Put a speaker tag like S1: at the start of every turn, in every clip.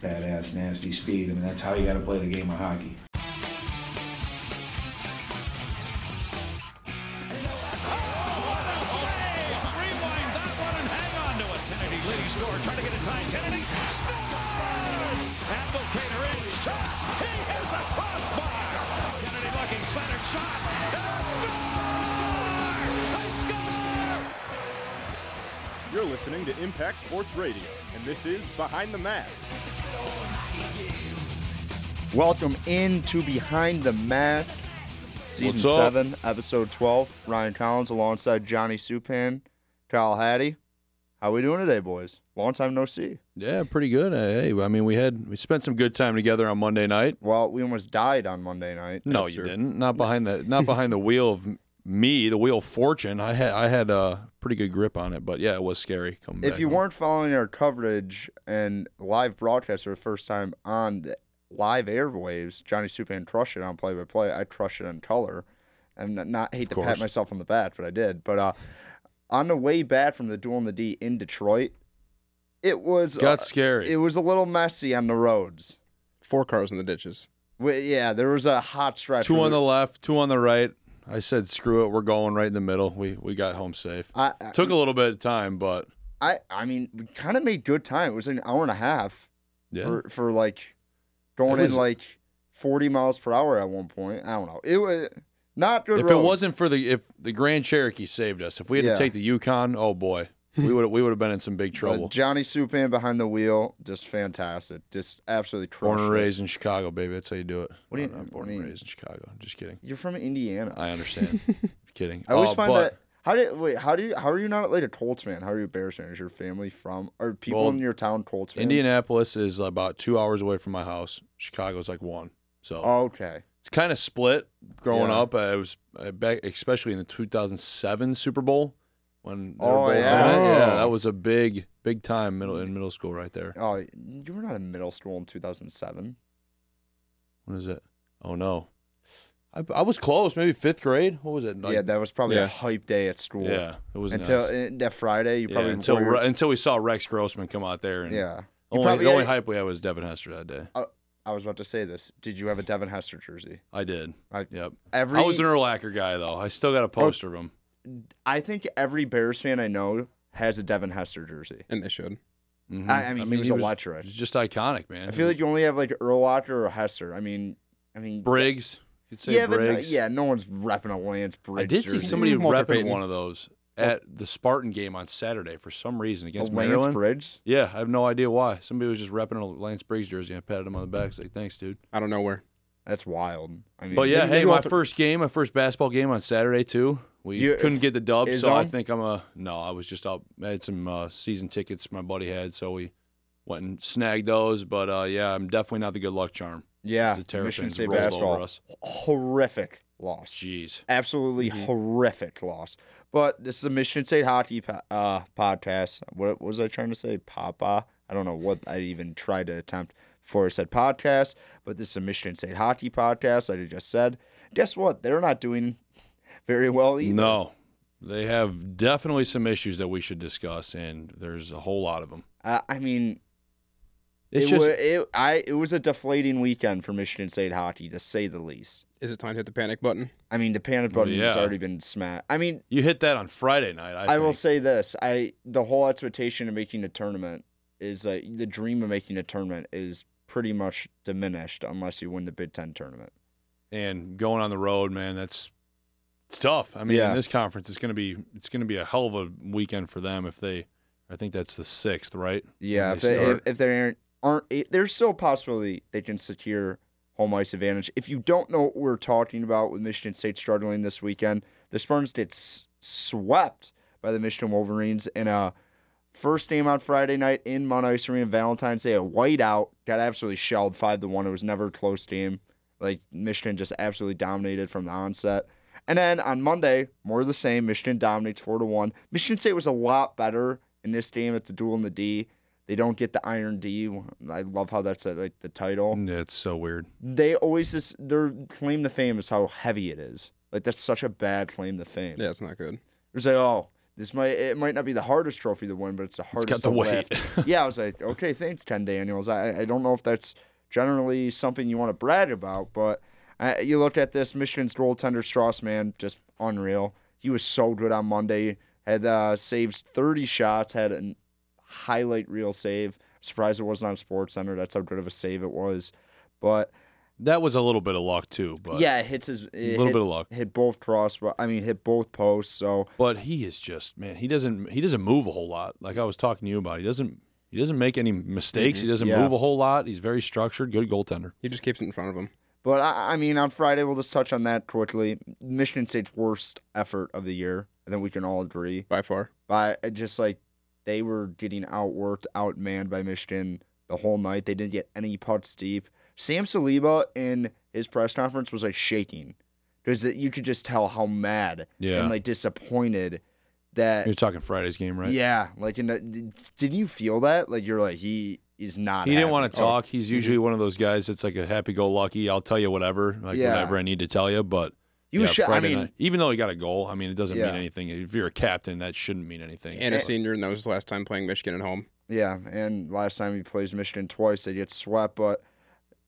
S1: that's nasty speed. I mean, that's how you got to play the game of hockey.
S2: Let's rewind that one and hang on to it. Kennedy leading score, trying to get it tied. Kennedy scores! Apple Painter in, shoots! He hits the crossbar! Kennedy looking centered shot, and a score! They score!
S3: You're listening to Impact Sports Radio, and this is Behind the Mask.
S4: Welcome into Behind the Mask, season
S5: What's up?
S4: seven, episode twelve. Ryan Collins alongside Johnny Supan, Kyle Hattie. How we doing today, boys? Long time no see.
S5: Yeah, pretty good. Uh, Hey, I mean, we had we spent some good time together on Monday night.
S4: Well, we almost died on Monday night.
S5: No,
S4: That's
S5: you
S4: true.
S5: didn't. Not behind the not behind the wheel of m- me, the wheel of fortune. I had I had a pretty good grip on it, but yeah, it was scary coming.
S4: If
S5: back
S4: you
S5: home.
S4: weren't following our coverage and live broadcast for the first time on the live airwaves, Johnny Supan crushed it on play by play. I crushed it on color. I'm not, not hate to pat
S5: course.
S4: myself on the back, but I did. But uh, on the way back from the duel in the D in Detroit, it was
S5: got
S4: uh,
S5: scary.
S4: it was a little messy on the roads.
S6: four cars in the ditches.
S4: We, yeah, there was a hot stretch.
S5: two
S4: where
S5: on
S4: we-
S5: the left, two on the right. I said, screw it, we're going right in the middle. We we got home safe.
S4: I, I-
S5: Took a little bit of time, but
S4: I I mean, we kind of made good time. It was an hour and a half.
S5: yeah,
S4: for, for like going
S5: It was-
S4: in like 40 miles per hour at one point. I don't know. It was not good.
S5: if it
S4: roads.
S5: wasn't for the if the Grand Cherokee saved us, if we had
S4: Yeah.
S5: to take the Yukon, oh boy, we would we would have been in some big
S4: But
S5: trouble.
S4: Johnny Supan behind the wheel, just fantastic. Just absolutely crushed.
S5: Born and
S4: it.
S5: raised in Chicago, baby. That's how you do it.
S4: What do
S5: No,
S4: you-
S5: not born
S4: I mean-
S5: and raised in Chicago. Just kidding.
S4: You're from Indiana.
S5: I understand. kidding.
S4: I always
S5: Uh,
S4: find
S5: but
S4: that. How did wait? How do you? How are you not like a Colts fan? How are you a Bears fan? Is your family from? Are people
S5: Well,
S4: in your town Colts fans?
S5: Indianapolis is about two hours away from my house. Chicago's like one. So
S4: Okay.
S5: it's kind of split. Growing
S4: Oh. Yeah.
S5: up, I was I back, especially in the 2007 Super Bowl when they were
S4: Oh,
S5: both in
S4: yeah.
S5: it. yeah,
S6: Oh.
S5: that was a big big time middle in middle school right there.
S4: Oh, you were not in middle school in 2007.
S5: What is it? Oh no, I, I was close. Maybe fifth grade. What was it? Like-
S4: yeah, that was probably a
S6: Yeah.
S4: hype day at school.
S5: yeah, it was
S4: Until
S5: nice.
S4: uh, that Friday, you
S5: Yeah,
S4: probably
S5: until
S4: wore your-
S5: Re- until we saw Rex Grossman come out there and
S4: yeah. You
S5: Only,
S4: probably
S5: the
S4: had-
S5: only hype we had was Devin Hester that day.
S4: I was about to say this. Did you have a Devin Hester jersey?
S5: I did.
S4: I- Oh.
S5: yep.
S4: Every
S5: I was an Erlacher guy though. I still got a poster of him.
S4: I think every Bears fan I know has a Devin Hester jersey.
S6: And they should.
S5: Mhm.
S4: I- I mean, he was a watcher.
S5: He's just iconic, man.
S4: I feel like you only have like Urlacher or Hester. I mean, I mean,
S5: Briggs. You'd say
S4: yeah, but no,
S5: Briggs.
S4: yeah, no one's repping a Lance Briggs.
S5: I did see
S4: jersey.
S5: somebody
S6: Mm, Walter
S5: repping
S6: Payton.
S5: one of those at the Spartan game on Saturday for some reason
S4: a Oh, Lance
S5: against Maryland.
S4: Briggs.
S5: Yeah, I have no idea why. Somebody was just repping a Lance Briggs jersey. and I patted him on the back. I was like, "Thanks, dude."
S6: I don't know where.
S4: That's wild. I mean,
S5: But yeah,
S4: maybe-
S5: hey,
S4: maybe we'll
S5: my
S4: have to-
S5: first game, my first basketball game on Saturday too. We
S4: You-
S5: couldn't get the dub,
S4: is
S5: so I
S4: on?
S5: think I'm a no. I was just out. I had some uh, season tickets my buddy had, so we went and snagged those. But uh, yeah, I'm definitely not the good luck charm.
S4: yeah,
S5: It's a terror
S4: Michigan
S5: fans
S4: State
S5: rolls over
S4: basketball,
S5: us.
S4: horrific loss.
S5: Jeez,
S4: absolutely
S5: Mm-hmm.
S4: horrific loss. But this is a Michigan State hockey po- uh, podcast. What was I trying to say? Papa? I don't know what I even tried to attempt before I said podcast. But this is a Michigan State hockey podcast. Like I just said. Guess what? They're not doing very well either.
S5: no, they have definitely some issues that we should discuss, and there's a whole lot of them.
S4: Uh, I mean,
S5: It's
S4: it,
S5: just
S4: wa- it, I, it was a deflating weekend for Michigan State hockey, to say the least.
S6: Is it time to hit the panic button?
S4: I mean, the panic button has
S5: yeah.
S4: already been smashed. I mean,
S5: you hit that on Friday night. I,
S4: I, will
S5: think.
S4: say this: I the whole expectation of making a tournament is uh, the dream of making a tournament is pretty much diminished unless you win the Big Ten tournament.
S5: and going on the road, man, that's it's tough. I mean,
S4: Yeah.
S5: in this conference, it's gonna be it's gonna be a hell of a weekend for them if they. I think that's the sixth, right?
S4: Yeah,
S5: When
S4: if
S5: they
S4: they, if,
S5: start.
S4: if they aren't aren't it, there's still a possibility they can secure home ice advantage. If you don't know what we're talking about with Michigan State struggling this weekend, the Spartans get s- swept by the Michigan Wolverines in a first game on Friday night in Mount Ice Arena Valentine's Day. A whiteout got absolutely shelled five to one. It was never a close game. Like Michigan just absolutely dominated from the onset. And then on Monday, more of the same. Michigan dominates four to one. Michigan State was a lot better in this game at the duel in the D. They don't get the Iron D. I love how that's uh, like the title
S5: Yeah, it's so weird.
S4: they always just their claim to fame is how heavy it is. Like that's such a bad claim to fame.
S6: Yeah, it's not good.
S4: They say, "Oh, This might it might not be the hardest trophy to win, but it's the hardest
S5: got the
S4: to
S5: weight.
S4: lift. yeah, I was like, okay, thanks, Ten Daniels. I I don't know if that's generally something you want to brag about, but I, you look at this Michigan's goaltender Strauss, man, just unreal. He was so good on Monday. Had uh, saves thirty shots. Had an highlight reel save. Surprised it wasn't on Sports Center. That's how good of a save it was. But
S5: That was a little bit of luck too, but
S4: yeah, it hits his it
S5: little
S4: hit-
S5: bit of luck.
S4: Hit both cross. I mean, hit both posts. So
S5: But he is just man. He doesn't he doesn't move a whole lot. Like I was talking to you about, he doesn't he doesn't make any mistakes. He doesn't
S4: Mm-hmm. Yeah.
S5: move a whole lot. He's very structured. Good goaltender.
S6: He just keeps it in front of him.
S4: But I, I mean, on Friday we'll just touch on that quickly. Michigan State's worst effort of the year. I think we can all agree.
S6: By far.
S4: By just like they were getting outworked, outmanned by Michigan the whole night. They didn't get any putts deep. Sam Saliba in his press conference was like shaking because you could just tell how mad
S5: Yeah.
S4: and like disappointed that.
S5: You're talking Friday's game, right?
S4: Yeah, like in the, did you feel that? Like you're like he is not.
S5: He didn't
S4: happy. Oh. Mm-hmm.
S5: want to talk. He's usually one of those guys that's like a happy-go-lucky. I'll tell you whatever, like
S4: Yeah.
S5: whatever I need to tell you. But
S4: You
S5: yeah,
S4: should. I
S5: Friday
S4: mean,
S5: night- even though he got a goal, I mean, it doesn't
S4: Yeah.
S5: mean anything. If you're a captain, that shouldn't mean anything.
S6: And a senior, and that was his last time playing Michigan at home.
S4: Yeah, and last time he plays Michigan twice, they get swept. But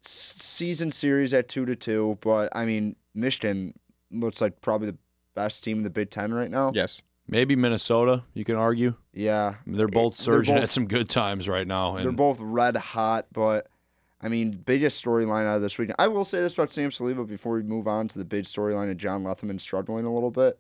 S4: s- season series at two to two. But I mean, Michigan looks like probably the best team in the Big Ten right now.
S6: Yes.
S5: Maybe Minnesota, you can argue.
S4: yeah,
S5: I mean, they're both
S4: they're
S5: surging
S4: both-
S5: at some good times right now. And
S4: they're both red hot. But I mean, biggest storyline out of this weekend. I will say this about Sam Saliba before we move on to the big storyline of John Lethleman struggling a little bit.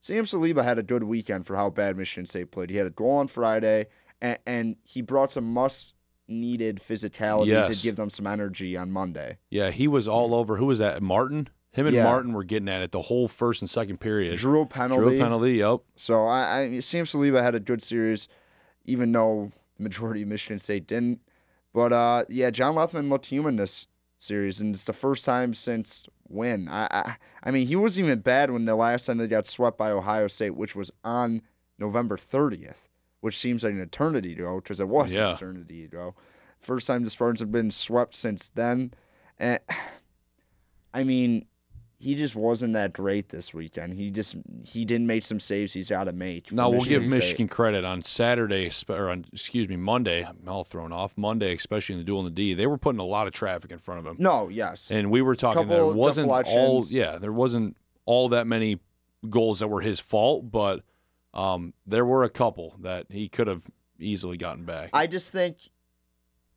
S4: Sam Saliba had a good weekend for how bad Michigan State played. He had a goal on Friday, and, and he brought some must needed physicality
S5: Yes.
S4: to give them some energy on Monday.
S5: yeah, he was all over. Who was that? Martin. Him and
S4: Mm-hmm. Yeah.
S5: Martin were getting at it the whole first and second period.
S4: drew a penalty.
S5: Drew a penalty. Yep.
S4: So I, I Sam Saliba had a good series, even though the majority of Michigan State didn't. But uh, yeah, John Lethman looked human this series, and it's the first time since when I, I I mean he wasn't even bad when the last time they got swept by Ohio State, which was on November thirtieth, which seems like an eternity ago because it was
S5: Yeah.
S4: an eternity ago. First time the Spartans have been swept since then, and Eh, I mean he just wasn't that great this weekend. He just he didn't make some saves he's got to make. for
S5: Now we'll give
S4: State.
S5: Michigan credit on Saturday, spe- or on excuse me, Monday. I'm all thrown off. Monday, especially in the duel in the D, they were putting a lot of traffic in front of them,
S4: No, yes,
S5: and we were talking that
S4: Couple
S5: it wasn't all.
S4: deflections.
S5: Yeah, there wasn't all that many goals that were his fault, but um, there were a couple that he could have easily gotten back.
S4: I just think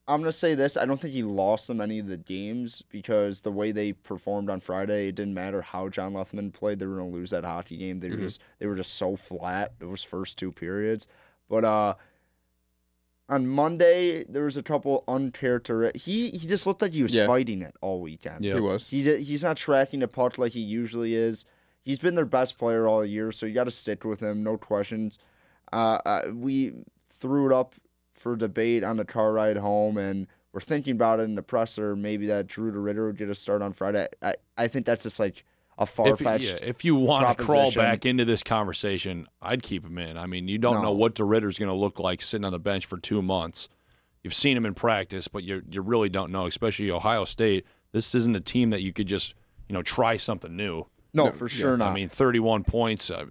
S4: I'm gonna say this. I don't think he lost them any of the games because the way they performed on Friday, it didn't matter how John Lethman played. They were gonna lose that hockey game. They
S5: Mm-hmm.
S4: were just they were just so flat those first two periods. But uh, on Monday there was a couple uncharacteristic. He he just looked like he was
S6: Yeah.
S4: fighting it all weekend.
S5: Yeah.
S6: He was.
S4: He did, he's not tracking the puck like he usually is. He's been their best player all year, so you got to stick with him, no questions. Uh, uh, we threw it up for debate on the car ride home, and we're thinking about it in the presser. Maybe that Drew DeRitter would get a start on Friday. I, I think that's just like a far
S5: if, yeah,
S4: fetched.
S5: if you want to crawl
S4: proposition.
S5: back into this conversation, I'd keep him in. I mean, you don't
S4: No.
S5: know what DeRitter's going to look like sitting on the bench for two months. You've seen him in practice, but you you really don't know. Especially Ohio State, this isn't a team that you could just you know try something new.
S4: no, for sure not.
S5: I mean, thirty-one points. Uh,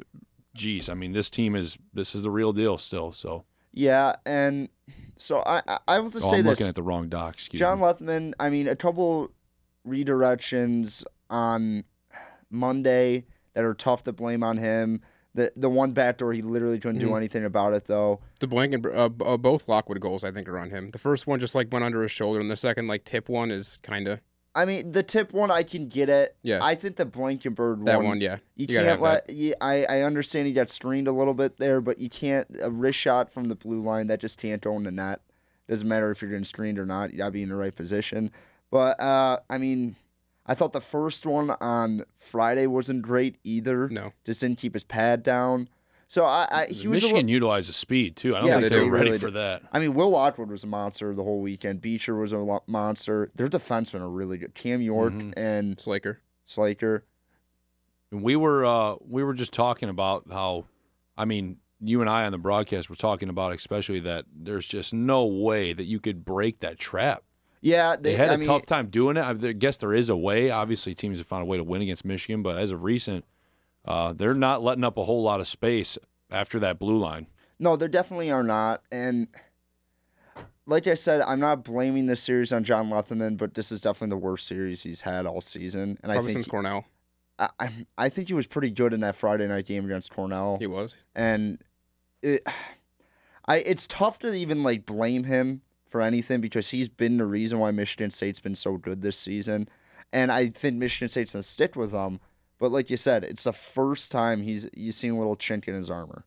S5: geez, I mean, this team is this is the real deal still. So
S4: yeah, and so I, I, I will just
S5: oh,
S4: say
S5: I'm
S4: this.
S5: looking at the wrong doc. Excuse
S4: John
S5: me.
S4: Lethman, I mean, a couple redirections on Monday that are tough to blame on him. The the one backdoor, he literally couldn't do anything about it, though.
S6: The blank and uh, b- uh, both Lockwood goals, I think, are on him. The first one just like went under his shoulder, and the second like tip one is kind of
S4: I mean, the tip one, I can get it.
S6: Yeah.
S4: I think the Blankenberg
S6: that
S4: one.
S6: one. Yeah,
S4: You,
S6: gotta
S4: can't
S6: have that.
S4: let. You, I I understand he got screened a little bit there, but you can't a wrist shot from the blue line that just can't go in the net. Doesn't matter if you're getting screened or not. You gotta be in the right position. But uh, I mean, I thought the first one on Friday wasn't great either.
S6: No.
S4: just didn't keep his pad down. So I, I he was. A
S5: Michigan
S4: little,
S5: utilizes speed too. I don't
S4: Yeah,
S5: think
S4: they
S5: they're
S4: do.
S5: ready
S4: Really
S5: for
S4: do.
S5: that.
S4: I mean, Will Lockwood was a monster the whole weekend. Beecher was a lo- monster. Their defensemen are really good. Cam York
S5: Mhm.
S4: and
S6: Slaker.
S4: Slaker.
S5: we were uh, we were just talking about how I mean you and I on the broadcast were talking about especially that there's just no way that you could break that trap.
S4: Yeah, they,
S5: They, had
S4: I
S5: a
S4: mean,
S5: tough time doing it. I there- guess there is a way. Obviously, teams have found a way to win against Michigan, but as of recent, uh, they're not letting up a whole lot of space after that blue line.
S4: No, there definitely are not. And like I said, I'm not blaming this series on John Leatherman, but this is definitely the worst series he's had all season. And I
S6: Probably
S4: think
S6: since
S4: he,
S6: Cornell,
S4: I, I'm- I think he was pretty good in that Friday night game against Cornell.
S6: he was.
S4: and it, I it's tough to even like blame him for anything because he's been the reason why Michigan State's been so good this season, and I think Michigan State's gonna stick with him. But like you said, it's the first time he's you seen a little chink in his armor,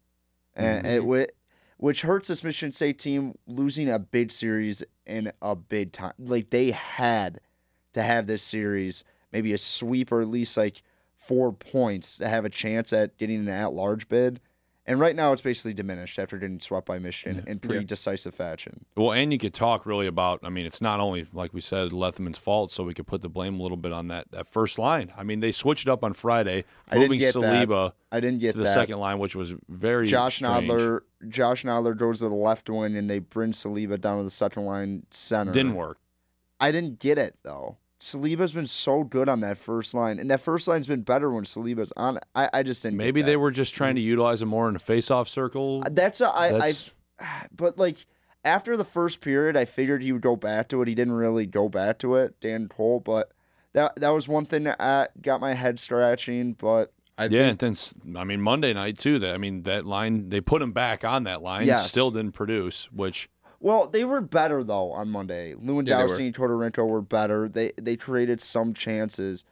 S4: and it wi- which hurts this Michigan State team losing a big series in a big time. Like they had to have this series maybe a sweep or at least like four points to have a chance at getting an at-large bid. And right now, it's basically diminished after getting swept by Michigan in pretty decisive fashion.
S5: Well, and you could talk really about. I mean, it's not only like we said Lethman's fault, so we could put the blame a little bit on that that first line. I mean, they switched it up on Friday,
S4: I didn't
S5: moving
S4: get that.
S5: Saliba
S4: I didn't get
S5: to the
S4: that.
S5: second line, which was very
S4: Josh
S5: strange.
S4: Nodler, Josh Nodler goes to the left wing, and they bring Saliba down to the second line center.
S5: didn't work.
S4: I didn't get it though. Saliba's been so good on that first line, and that first line's been better when Saliba's on. it. I, I just didn't. get
S5: Maybe
S4: that. Uh,
S5: they were just trying to utilize him more in a face-off circle.
S4: That's a, I,
S5: That's-
S4: I. But like after the first period, I figured he would go back to it. He didn't really go back to it, Dan Cole. But that that was one thing that uh, got my head scratching. But
S6: I
S5: yeah,
S6: think
S5: and then s- I mean Monday night too. That I mean that line they put him back on that line,
S4: Yes.
S5: still didn't produce. Which
S4: Well, they were better though on Monday. Lewandowski
S6: Yeah, they were.
S4: and Tortorenko were better. They they created some chances.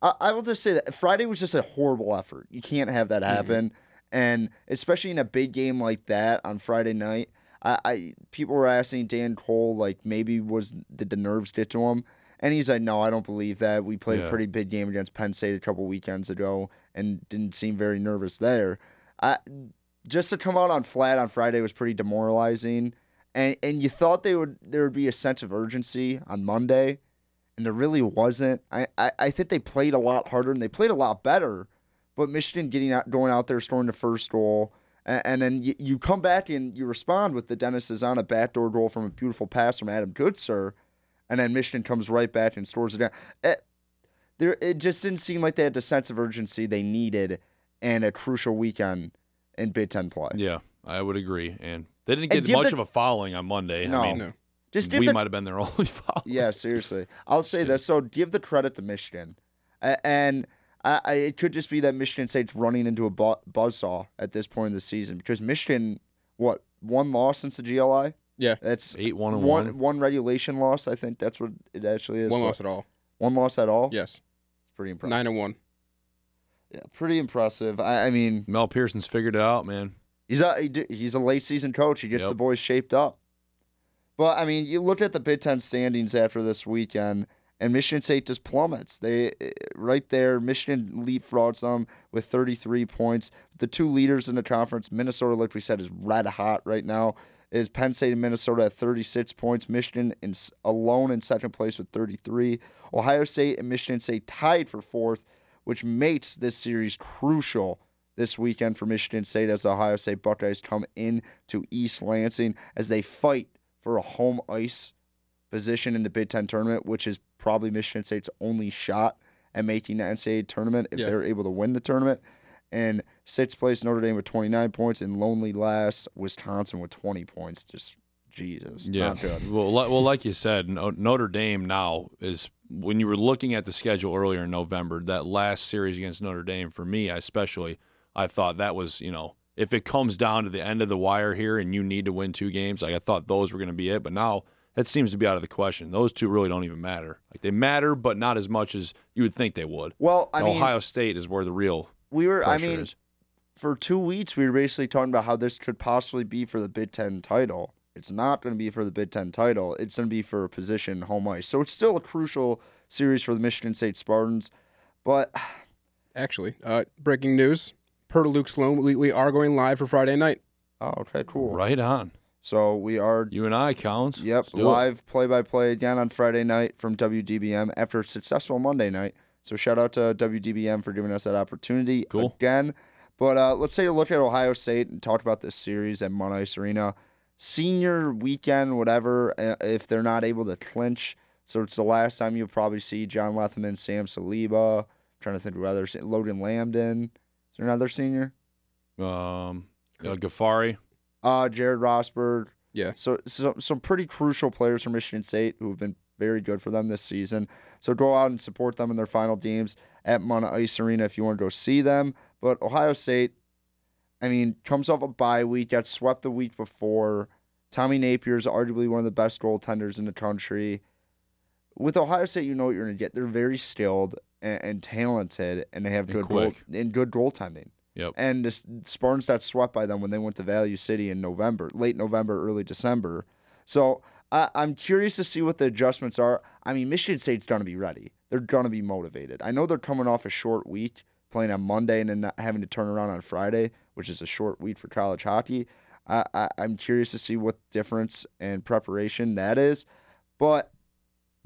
S4: I, I will just say that Friday was just a horrible effort. You can't have
S6: Mm-hmm.
S4: that happen, and especially in a big game like that on Friday night. I, I people were asking Dan Cole like maybe was did the nerves get to him, and he's like, no, I don't believe that. We played a
S5: Yeah.
S4: pretty big game against Penn State a couple weekends ago and didn't seem very nervous there. I just to come out on flat on Friday was pretty demoralizing and and you thought they would there would be a sense of urgency on Monday, and there really wasn't. I, I, I think they played a lot harder and they played a lot better, but Michigan getting out going out there scoring the first goal, and, and then you, you come back and you respond with the Dennis is on a backdoor goal from a beautiful pass from Adam Goodsir, and then Michigan comes right back and scores it down. Eh, there it just didn't seem like they had the sense of urgency they needed, and a crucial weekend in Big Ten play.
S5: yeah, I would agree. And they didn't get
S4: And give
S5: much
S4: the-
S5: of a following on Monday.
S4: No.
S5: I mean,
S6: no.
S4: Just give
S5: we
S4: the
S5: might have been their only foul.
S4: Yeah, seriously. I'll say this. So give the credit to Michigan. A- And I, I, it could just be that Michigan State's running into a bu- buzzsaw at this point in the season because Michigan, what, one loss since the GLI?
S6: Yeah.
S4: That's
S5: eight one and one.
S4: one, one regulation loss. I think that's what it actually is.
S6: one
S4: but
S6: loss at all.
S4: One loss at all?
S6: Yes,
S4: Pretty impressive.
S6: nine and one.
S4: yeah, pretty impressive. I, I mean,
S5: Mel Pearson's figured it out, man.
S4: He's a he d- he's a late season coach. He gets
S5: Yep.
S4: the boys shaped up. But I mean, you look at the Big Ten standings after this weekend, and Michigan State just plummets. They eh, right there, Michigan leapfrogs them with 33 points. The two leaders in the conference, Minnesota, like we said, is red hot right now. Is Penn State and Minnesota at 36 points? Michigan in, s- alone in second place with 33. Ohio State and Michigan State tied for fourth, which makes this series crucial this weekend for Michigan State as the Ohio State Buckeyes come in to East Lansing as they fight for a home ice position in the Big Ten tournament, which is probably Michigan State's only shot at making the NCAA tournament if
S6: Yeah.
S4: they're able to win the tournament. And sixth place Notre Dame with 29 points, and lonely last Wisconsin with 20 points. Just Jesus,
S5: Yeah.
S4: not good.
S5: Well, li- well, like you said, No- Notre Dame now is when you were looking at the schedule earlier in November, that last series against Notre Dame for me, I especially, I thought that was you know if it comes down to the end of the wire here and you need to win two games, like I thought those were going to be it, but now that seems to be out of the question. Those two really don't even matter. Like they matter, but not as much as you would think they would.
S4: Well, I mean,
S5: Ohio State is where the real
S4: we were. I
S5: pressure
S4: mean,
S5: is.
S4: for two weeks we were basically talking about how this could possibly be for the Big Ten title. It's not going to be for the Big Ten title. It's going to be for a position in home ice. So it's still a crucial series for the Michigan State Spartans. But
S6: Actually, uh, breaking news per Luke Sloan, we, we are going live for Friday night.
S4: oh, okay, cool.
S5: Right on.
S4: So we are
S5: You and I, Collins.
S4: yep
S5: Let's do it.
S4: live play by play again on Friday night from WDBM after a successful Monday night. So shout out to WDBM for giving us that opportunity
S5: Cool.
S4: again. But uh, let's take a look at Ohio State and talk about this series at Mount Ice Arena. senior weekend, whatever, uh, if they're not able to clinch. So it's the last time you'll probably see John Lethman, Sam Saliba. I'm trying to think of others. Logan Lambden. Is there another senior?
S5: Um, Uh, Gafari,
S4: Uh, Jared Rosberg.
S6: Yeah.
S4: So, so some pretty crucial players from Michigan State who have been very good for them this season. So go out and support them in their final games at Mona Ice Arena if you want to go see them. But Ohio State, I mean, comes off a bye week, got swept the week before. Tommy Napier is arguably one of the best goaltenders in the country. With Ohio State, you know what you're going to get. They're very skilled and, and talented, and they have
S5: And
S4: good goal,
S5: quick.
S4: and good goaltending.
S5: Yep.
S4: And the S- Spartans got swept by them when they went to Value City in November, late November, early December. So I, I'm curious to see what the adjustments are. I mean, Michigan State's going to be ready. They're going to be motivated. I know they're coming off a short week, playing on Monday and then not having to turn around on Friday, which is a short week for college hockey. I, I, I'm curious to see what difference and preparation that is. But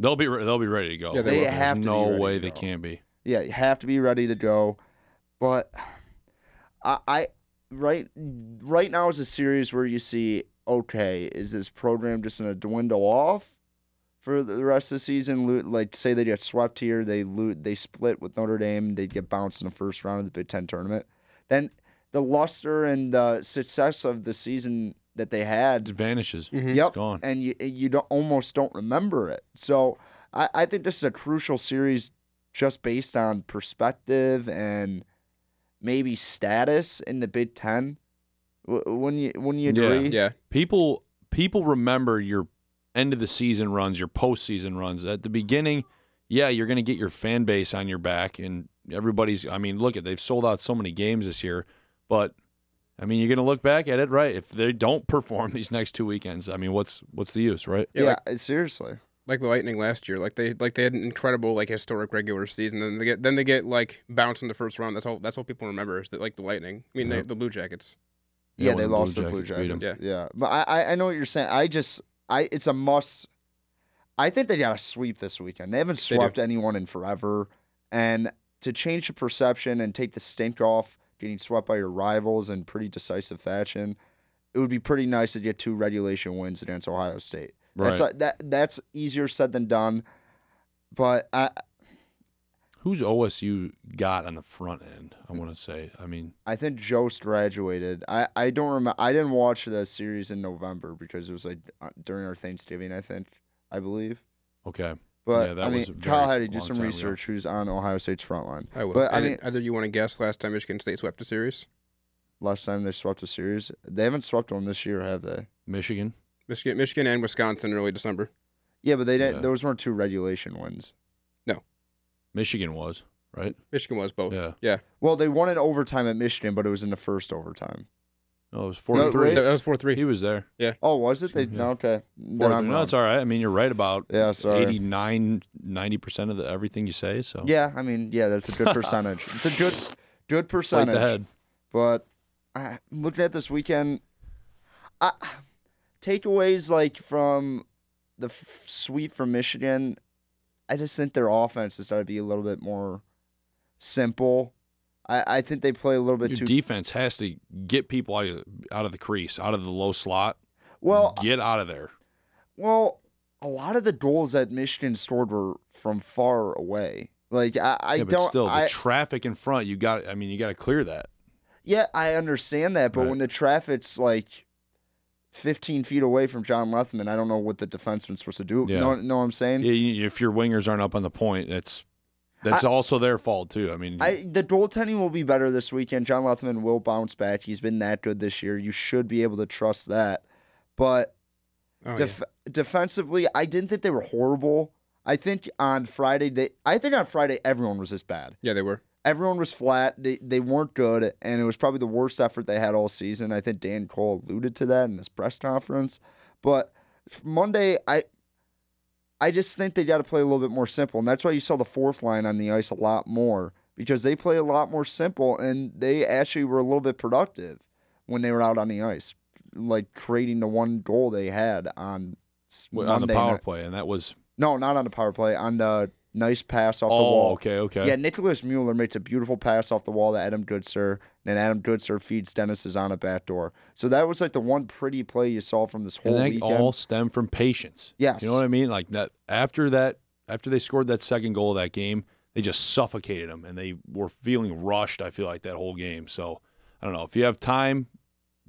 S5: they'll be re- they'll be ready to go.
S6: Yeah, they They will.
S5: There's
S4: have to be
S5: no
S4: ready to
S5: way they
S4: go.
S5: can't be.
S4: yeah, you have to be ready to go. But I, I right right now is a series where you see, okay, is this program just gonna dwindle off for the rest of the season? Lo- Like say they get swept here, they lo- they split with Notre Dame, they get bounced in the first round of the Big Ten tournament. Then the luster and the success of the season that they had
S5: It vanishes.
S4: Yep.
S5: It's gone.
S4: And you you don't, almost don't remember it. So I, I think this is a crucial series just based on perspective and maybe status in the Big Ten. W- When you when you
S5: Yeah.
S4: agree,
S6: Yeah.
S5: people people remember your end of the season runs, your postseason runs. At the beginning, yeah, you're going to get your fan base on your back, and everybody's. I mean, look at they've sold out so many games this year, but I mean, you're going to look back at it, right? If they don't perform these next two weekends, I mean, what's what's the use, right?
S6: Yeah,
S4: yeah, seriously,
S6: Like the Lightning last year, like they like they had an incredible like historic regular season, then they get then they get like bounced in the first round. That's all that's all people remember is that like the Lightning. I mean
S5: Yeah.
S6: the, the Blue Jackets.
S4: yeah,
S5: when
S4: they
S5: the Blue
S4: lost the Blue
S5: Jackets beat 'em.
S4: Jackets, yeah. But I- I I know what you're saying. I just I it's a must. I think they got to sweep this weekend. They haven't
S6: They do.
S4: swept anyone in forever, and to change the perception and take the stink off getting swept by your rivals in pretty decisive fashion, it would be pretty nice to get two regulation wins against Ohio State. That's
S5: Right.
S4: a, that that's easier said than done, but I
S5: Who's OSU got on the front end? I want to say. I mean,
S4: I think Jost graduated. I, I don't remember. I didn't watch the series in November because it was like uh, during our Thanksgiving. I think I believe.
S5: okay,
S4: But
S5: Yeah, that
S4: I mean,
S5: was a
S4: Kyle had
S5: very
S4: to do
S5: long
S4: some
S5: time ago.
S4: research. Who's on Ohio State's front line?
S6: I will.
S4: But I
S6: Either-
S4: mean,
S6: either you want to guess last time Michigan State swept a series?
S4: last time they swept a series, they haven't swept one this year, have they?
S5: Michigan.
S6: Michigan Michigan and Wisconsin in early December.
S4: Yeah, but they didn't.
S5: Yeah.
S4: Those weren't two regulation wins.
S5: Michigan was right.
S6: Michigan was both.
S5: Yeah.
S6: Yeah.
S4: Well, they won in overtime at Michigan, but it was in the first overtime.
S5: No, it was
S4: No,
S5: forty three.
S4: right.
S6: That was four three.
S5: He was there.
S4: Oh, was it? They
S5: Yeah.
S4: no, okay. Then I'm
S5: No,
S4: wrong.
S5: it's all right. I mean, you're right about
S4: Yeah, sorry.
S5: 89 90 percent of the, everything you say. So
S4: Yeah, I mean, yeah, that's a good percentage. it's a good, good
S5: Like
S4: percentage.
S5: the head.
S4: But I, looking at this weekend, I, takeaways like from the f- sweep from Michigan, I just think their offense has got to be a little bit more simple. I, I think they play a little bit
S5: Your
S4: too
S5: defense has to get people out of, out of the crease, out of the low slot.
S4: well.
S5: get out of there.
S4: Well, a lot of the goals that Michigan scored were from far away. Like I, I
S5: yeah, but
S4: don't.
S5: still, the
S4: I,
S5: traffic in front. You got. I mean, you got to clear that.
S4: Yeah, I understand that, but
S5: Right.
S4: when the traffic's like 15 feet away from John Lethman, I don't know what the defenseman's supposed to do.
S5: Yeah.
S4: Know, know what I'm saying?
S5: Yeah, you- if your wingers aren't up on the point, that's that's also their fault too. I mean,
S4: I, the goaltending will be better this weekend. John Lethman will bounce back. He's been that good this year. You should be able to trust that. But
S6: Oh, yeah.
S4: def- defensively, I didn't think they were horrible. I think on Friday, they, I think on Friday, everyone was this bad.
S6: yeah, they were.
S4: everyone was flat. They, they weren't good, and it was probably the worst effort they had all season. I think Dan Cole alluded to that in his press conference. But f- Monday, I I just think they got to play a little bit more simple, and that's why you saw the fourth line on the ice a lot more because they play a lot more simple, and they actually were a little bit productive when they were out on the ice, like creating the one goal they had on s-
S5: on
S4: Monday
S5: the power
S4: night.
S5: play, and that was
S4: No, not on the power play. On the nice pass off the wall.
S5: oh, okay, okay.
S4: Yeah, Nicholas Mueller makes a beautiful pass off the wall to Adam Goodsir, and Adam Goodsir feeds Dennis is on a backdoor. So that was like the one pretty play you saw from this whole
S5: and that
S4: weekend.
S5: all stemmed from patience.
S4: Yes.
S5: You know what I mean? Like that after that after they scored that second goal of that game, they just suffocated them and they were feeling rushed, I feel like that whole game. So, I don't know. If you have time,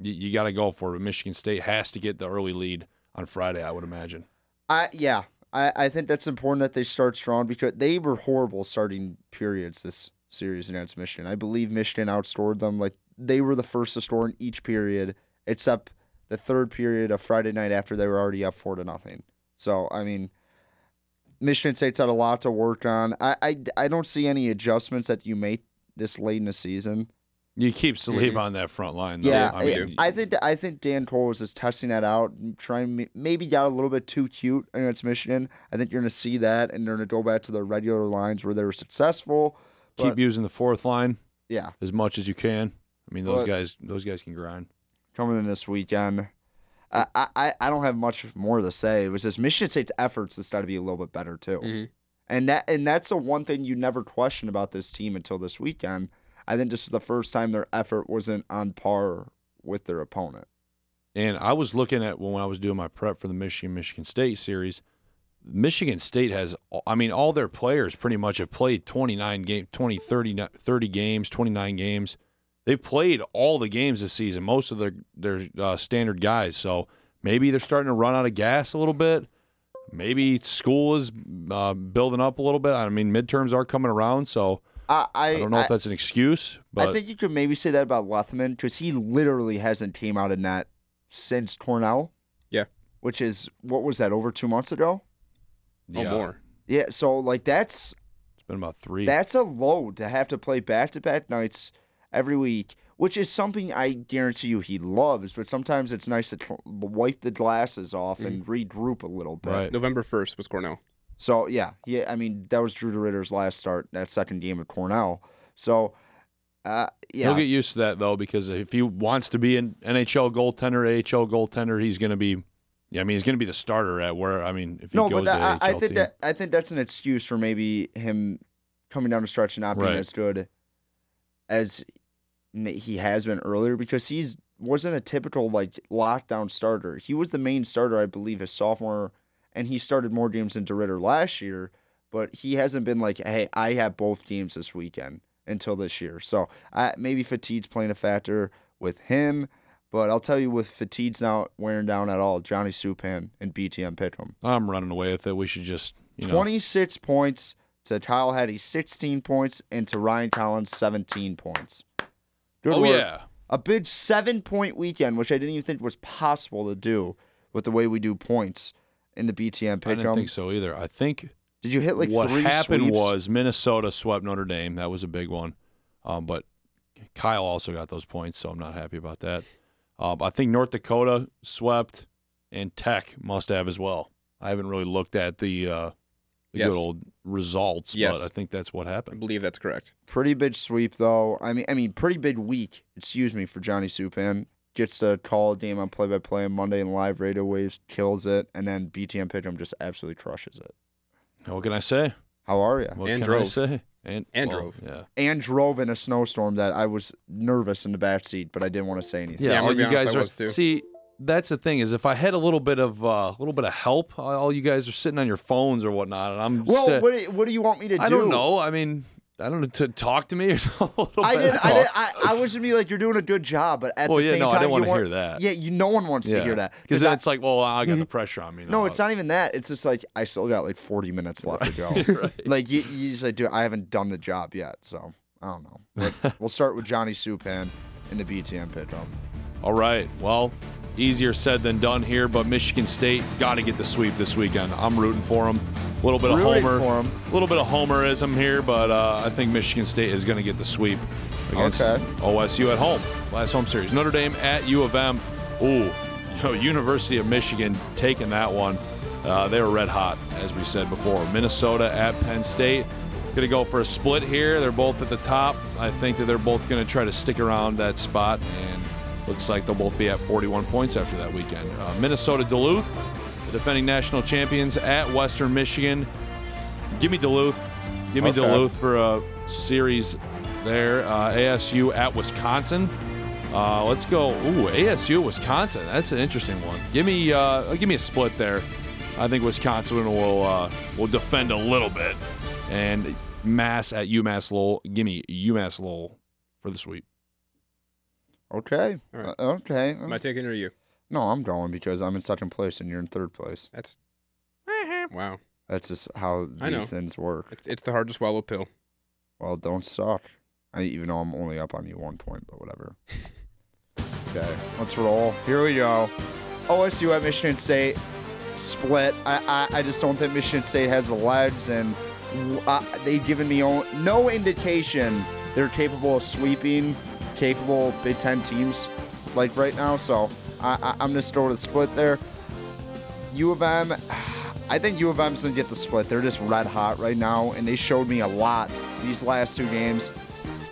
S5: you, you got to go for it. Michigan State has to get the early lead on Friday, I would imagine.
S4: I yeah, I, I think that's important that they start strong because they were horrible starting periods this series against Michigan. I believe Michigan outscored them. Like they were the first to score in each period, except the third period of Friday night after they were already up four to nothing. So I mean, Michigan State's had a lot to work on. I I, I don't see any adjustments that you make this late in the season.
S5: You keep Salib on that front line, though.
S4: Mm-hmm. Yeah,
S5: I
S4: I,
S5: mean,
S4: I think I think Dan Cole was just testing that out, and trying maybe got a little bit too cute against Michigan. I think you're going to see that, and they're going to go back to the regular lines where they were successful.
S5: keep using the fourth line
S4: Yeah,
S5: as much as you can. I mean, those
S4: But-
S5: guys, those guys can grind.
S4: coming in this weekend, I I- I, I don't have much more to say. It was just Michigan State's efforts has got to be a little bit better too,
S5: Mm.
S6: Mhm.
S4: and that and that's the one thing you never question about this team until this weekend. I think this is the first time their effort wasn't on par with their opponent.
S5: And I was looking at when I was doing my prep for the Michigan Michigan State series. Michigan State has, I mean, all their players pretty much have played 29 game, 20, 30, ni- 30 games, 29 games. They've played all the games this season, most of their, their uh, standard guys. So maybe they're starting to run out of gas a little bit. Maybe school is uh, building up a little bit. I mean, midterms are coming around. So
S4: I I,
S5: I don't know if that's an excuse, but
S4: I think you could maybe say that about Lethman because he literally hasn't came out of net since Cornell.
S6: Yeah.
S4: Which is what was that over two months ago?
S6: or
S5: yeah,
S6: more.
S4: Yeah. So like that's
S5: it's been about three.
S4: that's a load to have to play back to back nights every week, which is something I guarantee you he loves. But sometimes it's nice to cl- wipe the glasses off and regroup a little bit.
S5: Mm. right.
S6: November first was Cornell.
S4: So yeah, yeah. I mean that was Drew DeRitter's last start, that second game at Cornell. So. Uh, yeah.
S5: He'll get used to that though, because if he wants to be an NHL goaltender, AHL goaltender, he's going to be. Yeah, I mean, he's going to be the starter at where. I mean, if he
S4: no,
S5: goes
S4: but that,
S5: to the
S4: I, I
S5: AHL
S4: think
S5: team.
S4: that I think that's an excuse for maybe him coming down the stretch and not being
S5: Right.
S4: as good as m- he has been earlier because he's wasn't a typical like lockdown starter. He was the main starter, I believe, his sophomore, and he started more games than DeRitter last year. But he hasn't been like, hey, I have both games this weekend until this year. So I, maybe fatigue's playing a factor with him. But I'll tell you, with fatigue's not wearing down at all, Johnny Supan and BTM Pickham.
S5: I'm running away with it. We should just you know.
S4: 26 points to Kyle Hattie, 16 points, and to Ryan Collins, 17 points. Good
S5: Oh
S4: work.
S5: yeah,
S4: A big seven point weekend, which I didn't even think was possible to do with the way we do points in the BTM
S5: I didn't
S4: pick'em.
S5: think so either. I think
S4: Did you hit like
S5: what
S4: three
S5: happened
S4: sweeps?
S5: was Minnesota swept Notre Dame. That was a big one, um, but Kyle also got those points, so I'm not happy about that. Um, I think North Dakota swept, and Tech must have as well. I haven't really looked at the uh, the
S6: Yes.
S5: good old results,
S6: Yes.
S5: but I think that's what
S6: I
S5: happened.
S6: believe that's correct.
S4: pretty big sweep though. I mean, I mean, pretty big week. Excuse me for Johnny Supan. Gets to call a game on play by play on Monday and live radio waves, kills it, and then BTM pick'em just absolutely crushes it.
S5: What can I say?
S4: How are you?
S5: What
S6: And
S5: can I
S6: drove.
S5: say? And,
S6: And
S5: well,
S6: drove.
S5: Yeah.
S4: and drove in a snowstorm that I was nervous in the back seat, but I didn't want to say anything.
S6: Yeah, I'm
S5: all
S6: gonna be
S5: you
S6: honest,
S5: guys
S6: I
S5: are.
S6: was too.
S5: See, that's the thing is, if I had a little bit of a little bit of help, all- all you guys are sitting on your phones or whatnot, and I'm.
S4: Well,
S5: sta-
S4: what do, what do you want me to do?
S5: I don't know. I mean, I don't know to talk to me or a little
S4: I
S5: bit.
S4: didn't. I,
S5: Talk.
S4: didn't I, I was gonna be like, you're doing a good job, but at
S5: Well,
S4: the
S5: yeah,
S4: same
S5: no, I
S4: time,
S5: didn't
S4: you
S5: wanna hear
S4: want-
S5: that.
S4: Yeah, you. No one wants to hear that
S5: because then
S4: I-
S5: it's like, well, I got the pressure on me.
S4: No,
S5: now.
S4: it's not even that. It's just like I still got like 40 minutes left to go. Like you, you just like, dude, I haven't done the job yet, so I don't know. But we'll start with Johnny Supan in the BTM pit drum.
S5: All right. Well, easier said than done here, but Michigan State got to get the sweep this weekend. I'm rooting for them. A little bit of
S4: Rooting
S5: homer,
S4: for 'em.
S5: a little bit of homerism here, but uh, I think Michigan State is going to get the sweep against
S4: Okay.
S5: OSU at home. Last home series, Notre Dame at U of M. Ooh, yo, University of Michigan taking that one. Uh, they were red hot, as we said before. Minnesota at Penn State. Going to go for a split here. They're both at the top. I think that they're both going to try to stick around that spot, and looks like they'll both be at 41 points after that weekend. Uh, Minnesota Duluth, the defending national champions at Western Michigan. Give me Duluth. Give me
S4: Okay.
S5: Duluth for a series there. Uh, ASU at Wisconsin. Uh, let's go. Ooh, ASU at Wisconsin. That's an interesting one. Give me uh, give me a split there. I think Wisconsin will uh, will defend a little bit. And Mass at UMass Lowell. Give me UMass Lowell for the sweep.
S4: Okay.
S6: All right.
S4: Uh, okay.
S6: Am I taking it or you?
S4: no, I'm going because I'm in second place and you're in third place.
S6: That's wow.
S4: That's just how
S6: I know.
S4: these things work.
S6: It's it's the hard to swallow pill.
S4: Well, don't suck. I, even though I'm only up on you one point, but whatever. okay, let's roll. Here we go. OSU at Michigan State split. I, I, I just don't think Michigan State has the legs, and uh, they've given me o- no indication they're capable of sweeping capable Big Ten teams like right now. So I, I, I'm just going to split there. U of M, I think U of M's gonna get the split. They're just red hot right now, and they showed me a lot these last two games.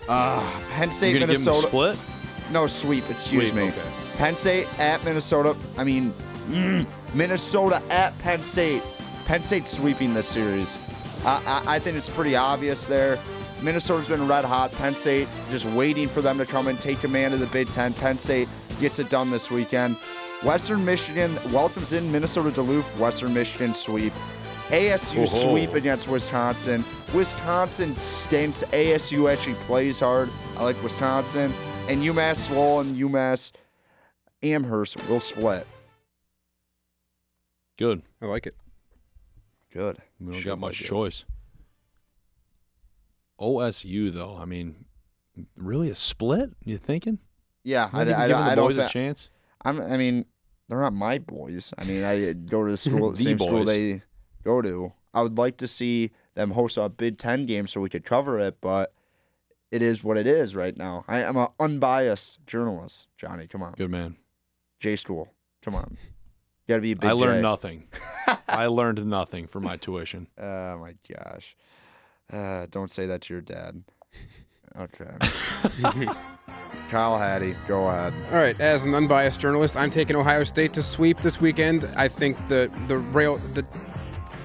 S4: Uh, Penn State,
S5: You're gonna give them a
S4: Minnesota.
S5: split?
S4: No, sweep, excuse
S5: Sweep,
S4: me.
S5: okay.
S4: Penn State at Minnesota. I mean, mm, Minnesota at Penn State. Penn State sweeping this series. I, I, I think it's pretty obvious there. Minnesota's been red hot. Penn State just waiting for them to come and take command of the Big Ten. Penn State gets it done this weekend. Western Michigan welcomes in Minnesota Duluth. Western Michigan sweep. ASU sweep against Wisconsin. Wisconsin stinks. ASU actually plays hard. I like Wisconsin. And UMass Lowell and UMass Amherst will split.
S5: Good.
S6: I like it.
S4: Good.
S5: We don't
S4: Should
S5: got much
S4: like it.
S5: choice. OSU though, I mean, really a split? You thinking?
S4: Yeah, I,
S5: Maybe
S4: I,
S5: giving
S4: I,
S5: the
S4: don't.
S5: boys a
S4: thi-
S5: chance.
S4: I'm, I mean, they're not my boys. I mean, I go to the school,
S5: The
S4: same school
S5: boys.
S4: they go to. I would like to see them host a Big Ten game so we could cover it, but it is what it is right now. I am an unbiased journalist, Johnny. Come on,
S5: Good man.
S4: J school. Come on, got to be a big.
S5: I learned
S4: J.
S5: nothing. I learned nothing for my tuition.
S4: Oh my gosh. Uh, don't say that to your dad. Okay. Kyle Hattie, go ahead.
S6: All right, as an unbiased journalist, I'm taking Ohio State to sweep this weekend. I think the the rail the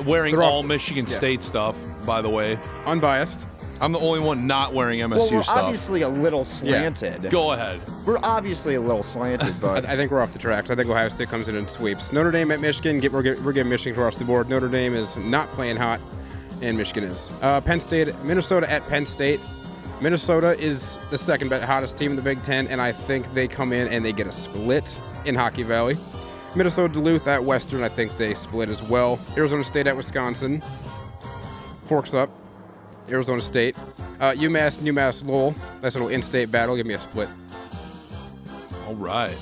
S5: Wearing
S6: They're off
S5: all
S6: the-
S5: Michigan
S6: yeah.
S5: State stuff, by the way.
S6: unbiased.
S5: I'm the only one not wearing
S4: Well,
S5: MSU
S4: we're
S5: stuff.
S4: obviously a little slanted.
S5: Go ahead.
S4: We're obviously a little slanted,
S6: I,
S4: but
S6: I think we're off the tracks. I think Ohio State comes in and sweeps. Notre Dame at Michigan. Get, we're, gi- we're giving Michigan across the board. Notre Dame is not playing hot, and Michigan is. Uh, Penn State, Minnesota at Penn State. Minnesota is the second be- hottest team in the Big Ten, and I think they come in and they get a split in Hockey Valley. Minnesota Duluth at Western. I think they split as well. Arizona State at Wisconsin. Forks up. Arizona State. Uh, UMass, UMass Lowell. Nice little in-state battle. Give me a split.
S5: All right.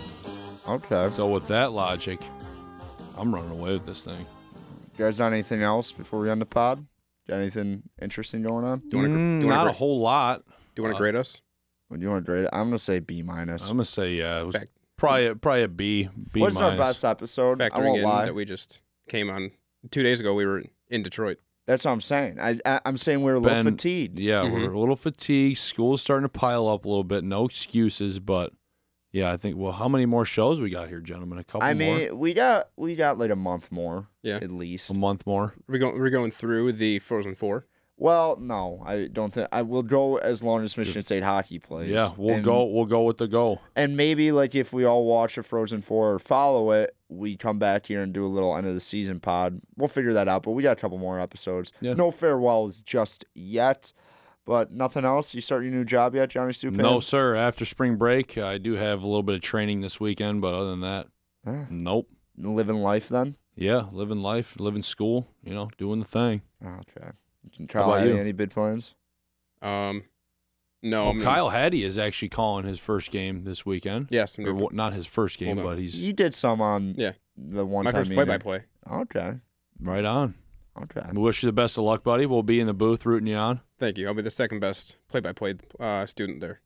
S4: okay.
S5: So with that logic, I'm running away with this thing.
S4: You guys on anything else before we end the pod? Got anything interesting going on?
S6: Do you wanna gr-
S5: Mm,
S6: do you wanna
S5: not
S6: gr-
S5: a whole lot.
S6: Do you want to grade us?
S4: Well, Mm-hmm. you want to grade it? I'm gonna say B minus.
S5: I'm gonna say yeah. It was
S6: Fact-
S5: probably a, probably a B. B
S4: What's our
S5: minus.
S4: best episode? I
S6: Factoring
S4: won't
S6: in
S4: lie.
S6: that we just came on two days ago, we were in Detroit.
S4: That's what I'm saying. I, I I'm saying we're a little
S5: Ben-
S4: fatigued.
S5: Yeah,
S6: Mhm.
S5: we're a little fatigued. School's starting to pile up a little bit. No excuses, but yeah, I think. Well, how many more shows we got here, gentlemen? A couple
S4: I
S5: more,
S4: mean, we got we got like a month more.
S6: Yeah.
S4: At least.
S5: a month more.
S6: We're going, we're going through the Frozen Four.
S4: Well, no, I don't think I will go as long as Michigan State hockey plays.
S5: Yeah, we'll
S4: And-
S5: go. We'll go with the go.
S4: and maybe like if we all watch a Frozen Four or follow it, we come back here and do a little end of the season pod. We'll figure that out, but we got a couple more episodes.
S5: Yeah.
S4: No farewells just yet, but nothing else. You start your new job yet, Johnny Stupan?
S5: No, sir. After spring break, uh, I do have a little bit of training this weekend, but other than that,
S4: Ah.
S5: nope.
S4: living life then.
S5: Yeah, living life, living school. You know, doing the thing.
S4: Oh, Okay.
S5: How
S4: Kyle,
S5: about
S4: any,
S5: you?
S4: any bid plans?
S6: Um, no,
S5: Oh,
S6: I'm-
S5: Kyle Hattie is actually calling his first game this weekend.
S6: Yes, I'm
S5: Or
S6: doing
S5: what, not his first game,
S6: Hold on.
S5: but he's
S4: You did some on
S6: Yeah.
S4: the one
S6: my
S4: time
S6: first play-by-play.
S4: Okay,
S5: right on.
S4: okay.
S5: We wish you the best of luck, buddy. We'll be in the booth rooting you on.
S6: Thank you. I'll be the second best play-by-play uh, student there.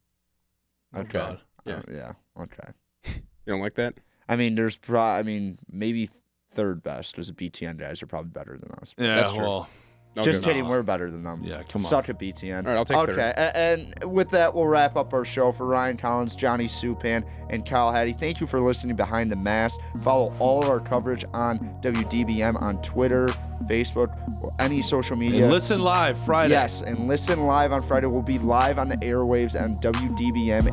S5: Oh,
S4: Okay.
S5: God.
S6: Yeah.
S4: Uh, yeah, okay.
S6: You don't like that?
S4: I mean, there's pro. I mean, maybe third best because the BTN guys are probably better than us.
S5: Yeah,
S6: That's true.
S5: well,
S6: No,
S4: Just
S6: good.
S4: kidding,
S5: Nah.
S4: we're better than them.
S5: Yeah, come on.
S4: Suck at BTN.
S6: All right, I'll take
S4: okay,
S6: third.
S4: a- and with that, we'll wrap up our show for Ryan Collins, Johnny Supan, and Kyle Hattie. Thank you for listening behind the mask. Follow all of our coverage on WDBM on Twitter, Facebook, or any social media.
S5: and listen live Friday.
S4: Yes, and listen live on Friday. We'll be live on the airwaves on WDBM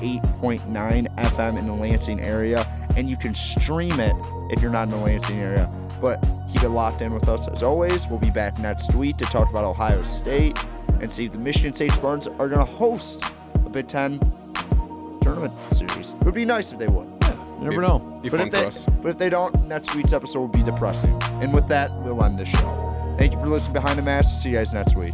S4: 88.9 FM in the Lansing area. And you can stream it if you're not in the Lansing area. But keep it locked in with us as always. We'll be back next week to talk about Ohio State and see if the Michigan State Spartans are going to host a Big Ten tournament. tournament series. It would be nice if they would.
S5: You never know.
S6: Be
S4: but,
S6: fun
S4: if
S6: for
S4: they,
S6: us.
S4: but if they don't, next week's episode will be depressing. And with that, we'll end the show. Thank you for listening behind the mask. We'll see you guys next week.